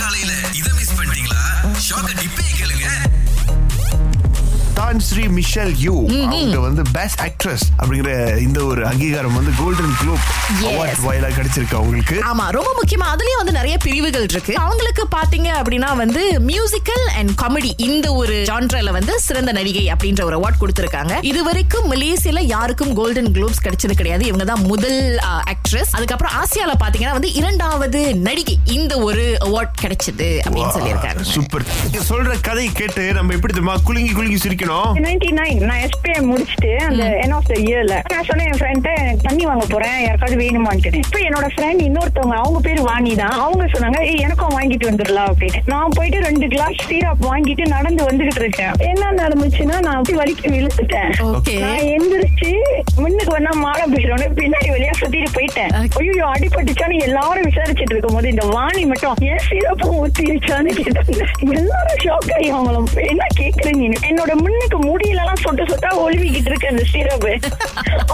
காலையில இதை மிஸ் பண்ணிட்டீங்களா ஷாக்க இப்பயே கேளுங்க தான் ஸ்ரீ மிஷல் யூ அவங்க வந்து பெஸ்ட் ஆக்ட்ரஸ் அப்படிங்கிற இந்த ஒரு அங்கீகாரம் வந்து கோல்டன் குளோப் Yes. அவார்ட் வாயிலா கிடைச்சிருக்கு அவங்களுக்கு ஆமா ரொம்ப முக்கியமா அதுலயும் வந்து நிறைய பிரிவுகள் இருக்கு அவங்களுக்கு பாத்தீங்க அப்படின்னா வந்து மியூசிக்கல் அண்ட் காமெடி இந்த ஒரு ஜான்ரல வந்து சிறந்த நடிகை அப்படின்ற ஒரு அவார்ட் கொடுத்திருக்காங்க இதுவரைக்கும் மலேசியால யாருக்கும் கோல்டன் குளோப்ஸ் கிடைச்சது கிடையாது இவங்க தான் முதல் ஆக்ட்ரஸ் அதுக்கப்புறம் ஆசியால பாத்தீங்கன்னா வந்து இரண்டாவது நடிகை இந்த ஒரு அவார்ட் கிடைச்சது அப்படின்னு சொல்லியிருக்காங்க சூப்பர் சொல்ற கதையை கேட்டு நம்ம எப்படி தெரியுமா குலுங்கி குலுங்கி சிரிக்கணும் 99 நான் SPM முடிச்சுட்டு அந்த end of the yearல நான் சொன்னேன் என் friend-ட்ட, எனக்கு தண்ணி வாங்க போறேன் யாருக்காவது வேணுமான்ட்டு இப்ப என்னோட friend இன்னொருத்தவங்க அவங்க பேர் வாணி தான் அவங்க சொன்னாங்க "ஏய், எனக்கும் வாங்கிட்டு வந்துடலாம் அப்படின்னு நான் போயிட்டு ரெண்டு கிளாஸ் சீராப் வாங்கிட்டு நடந்து வந்துகிட்டு இருக்கேன் என்ன நடந்துச்சுன்னா நான் அப்படி வலிக்கு விழுத்துட்டேன் ஓகே நான் எந்திரிச்சு முன்னுக்கு வேணா மாலை போயிடுறோன்னு பின்னாடி வழியா சுத்திட்டு போயிட்டேன் Okay. ஐயோ அடிபட்டுச்சான்னு எல்லாரும் விசாரிச்சுட்டு இருக்கும் போது இந்த வாணி மட்டும் ஏன் சிறப்பு ஊத்திருச்சான்னு கேட்டாங்க எல்லாரும் ஷாக் ஆகி அவங்களும் என்ன கேக்குறீங்க நீனு?" என்னோட முன்னுக்கு முடியில எல்லாம் சொட்ட சொட்டா ஒழுவிக்கிட்டு இருக்கு அந்த சிறப்பு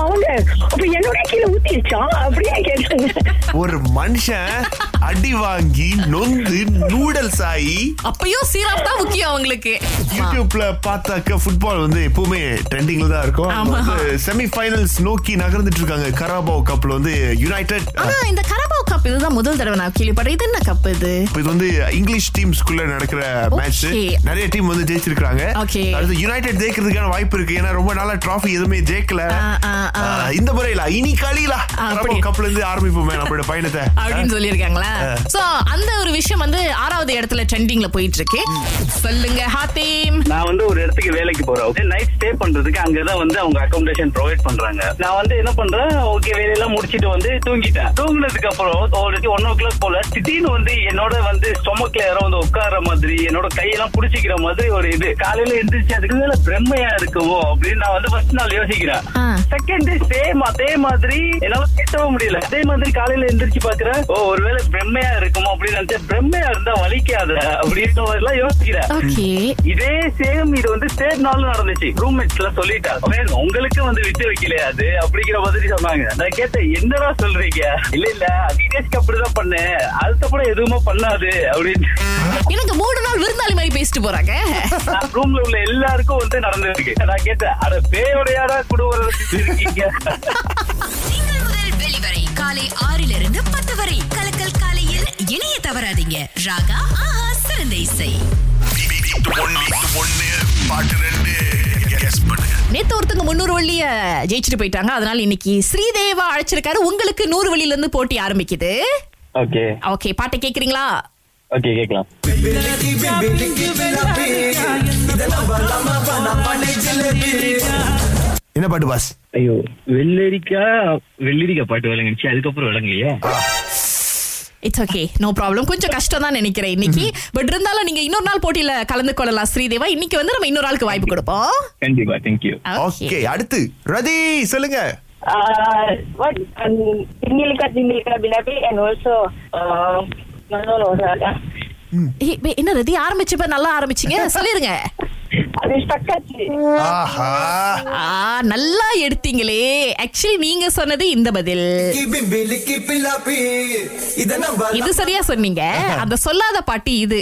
அவங்க அப்ப என்னோட கீழே ஊத்திருச்சா அப்படியே கேட்டாங்க ஒரு மனுஷன் அடி வாங்கி நொந்து நூடல்ஸ் ஆகி அப்பயும் சீராப் தான் முக்கியம் அவங்களுக்கு யூடியூப்ல பார்த்தாக்க ஃபுட்பால் வந்து எப்பவுமே ட்ரெண்டிங்ல தான் ஆமா. இருக்கும் செமி ஃபைனல்ஸ் நோக்கி நகர்ந்துட்டு இருக்காங்க கராபாவ் கப்ல வந்து யுனைடெட் ஆனா இந்த கரபாவ் கப் இதுதான் முதல் தடவை நான் கேள்விப்படுறேன் இது என்ன கப் இது இது வந்து இங்கிலீஷ் டீம்ஸ்குள்ள நடக்கிற மேட்ச் Okay. நிறைய டீம் வந்து ஜெயிச்சிருக்காங்க Okay. அடுத்து யுனைடெட் ஜெயிக்கிறதுக்கான வாய்ப்பு இருக்கு ஏன்னா ரொம்ப நாளா டிராஃபி எதுவுமே ஜெயிக்கல ஆ, ஆ, ஆ. ஆ, இந்த முறையில இனி களியில அப்படி. கப்ல இருந்து ஆரம்பிப்போமே நம்மளோட பயணத்தை அப்படின்னு சொல்லியிருக்காங்களா சோ அந்த ஒரு விஷயம் வந்து ஆறாவது இடத்துல ட்ரெண்டிங்ல போயிட்டு இருக்கு சொல்லுங்க ஹாத்தீம் நான் வந்து ஒரு இடத்துக்கு வேலைக்கு போறேன் நைட் ஸ்டே பண்றதுக்கு அங்கதான் வந்து அவங்க அகாமடேஷன் ப்ரொவைட் பண்றாங்க நான் வந்து என்ன பண்றேன் ஓகே வேலையெல்லாம் முடிச்சிட்டு வந்து தூங்கிட்டேன் தூங்கினதுக்கு அப்புறம் ஆல்ரெடி ஒன் ஓ கிளாக் போல திடீர்னு வந்து என்னோட வந்து ஸ்டொமக்ல யாரோ வந்து உட்கார மாதிரி என்னோட கையெல்லாம் புடிச்சிக்கிற மாதிரி ஒரு இது காலையில எந்திரிச்சு அதுக்கு மேல பிரம்மையா இருக்குமோ அப்படின்னு நான் வந்து ஃபர்ஸ்ட் நாள் யோசிக்கிறேன் ஆ. செகண்ட் டே சேம் அதே மாதிரி என்னால பேசவும் முடியல அதே மாதிரி காலையில எந்திரிச்சு பாக்குறேன் ஓ ஒருவேளை பிரம்மையா இருக்குமோ அப்படின்னு நினைச்சேன் பிரம்மையா இருந்தா வலிக்காத அப்படின்ற மாதிரி எல்லாம் யோசிக்கிறேன் ஓகே இதே சேம் இது வந்து தேர்ட் நாள் நடந்துச்சு ரூம்மேட்ஸ் எல்லாம் சொல்லிட்டாங்க "Man, உங்களுக்கு வந்து விட்டு வைக்கலையா அது அப்படிங்கிற மாதிரி சொன்னாங்க நான் கேட்டேன் என்னடா சொல்றீங்க இல்ல இல்ல அதிகேஷ்க்கு அப்படிதான் பண்ணேன் அதுக்கப்புறம் எதுவுமே பண்ணாது அப்படின்னு எனக்கு மூணு நாள் விருந்தாளி மாதிரி பேசிட்டு போறாங்க ரூம்ல உள்ள எல்லாருக்கும் வந்து நடந்திருக்கு நான் கேட்டேன் அட பேயோடையாடா குடுவரத்துக்கு இருக்கீங்க திங்கள் முதல் வெளிவரை காலை ஆறிலிருந்து பத்து வரை கலக்கல் காலையில் இணைய தவறாதீங்க ராகா ஆஹா சிறந்த இசை ஒன்னு பாட்டு ரெண்டு கெஸ் பண்ணுங்க நேத்து ஒருத்தங்க முன்னூறு வள்ளிய ஜெயிச்சுட்டு போயிட்டாங்க அதனால இன்னைக்கு ஸ்ரீதேவா அழைச்சிருக்காரு உங்களுக்கு நூறு வழியில இருந்து போட்டி ஆரம்பிக்குது ஓகே ஓகே பாட்டை கேக்குறீங்களா ஓகே கேட்கலாம் என்ன பாட்டு பாஸ் ஐயோ வெள்ளரிக்கா வெள்ளரிக்கா பாட்டு விளங்குச்சு அதுக்கப்புறம் விளங்கலையே இட்ஸ் ஓகே நோ ப்ராப்ளம் கொஞ்சம் கஷ்டம் தான் நினைக்கிறேன் இன்னைக்கு பட் இருந்தாலும் நீங்க இன்னொரு நாள் போட்டியில கலந்து கொள்ளலாம் ஸ்ரீதேவா இன்னைக்கு வந்து நம்ம இன்னொரு ஆளுக்கு வாய்ப்பு கொடுப்போம் கண்டிப்பா தேங்க்யூ ஓகே அடுத்து ரதி சொல்லுங்க Uh, what um, Jinglika Jinglika Bilabi and also uh, no no no ஏய், பே- என்ன ரதி ஆரம்பிச்சப்ப நல்லா ஆரம்பிச்சீங்க சொல்லிருங்க அது ஸ்டக் ஆச்சு ஆஹா ஆ, நல்லா எடுத்தீங்களே ஆக்சுவலி நீங்க சொன்னது இந்த பதில் பிம்பிலிக்கு பிலாப்பி இத நம்ம இது சரியா சொன்னீங்க அந்த சொல்லாத பாட்டி இது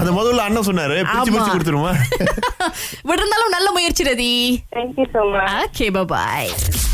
அது முதல்ல அண்ணன் சொன்னாரு பிரிச்சு ஆமா. பிரிச்சு கொடுத்துருமா விட இருந்தாலும் நல்ல முயற்சி Rathi thank you so much okay பாய்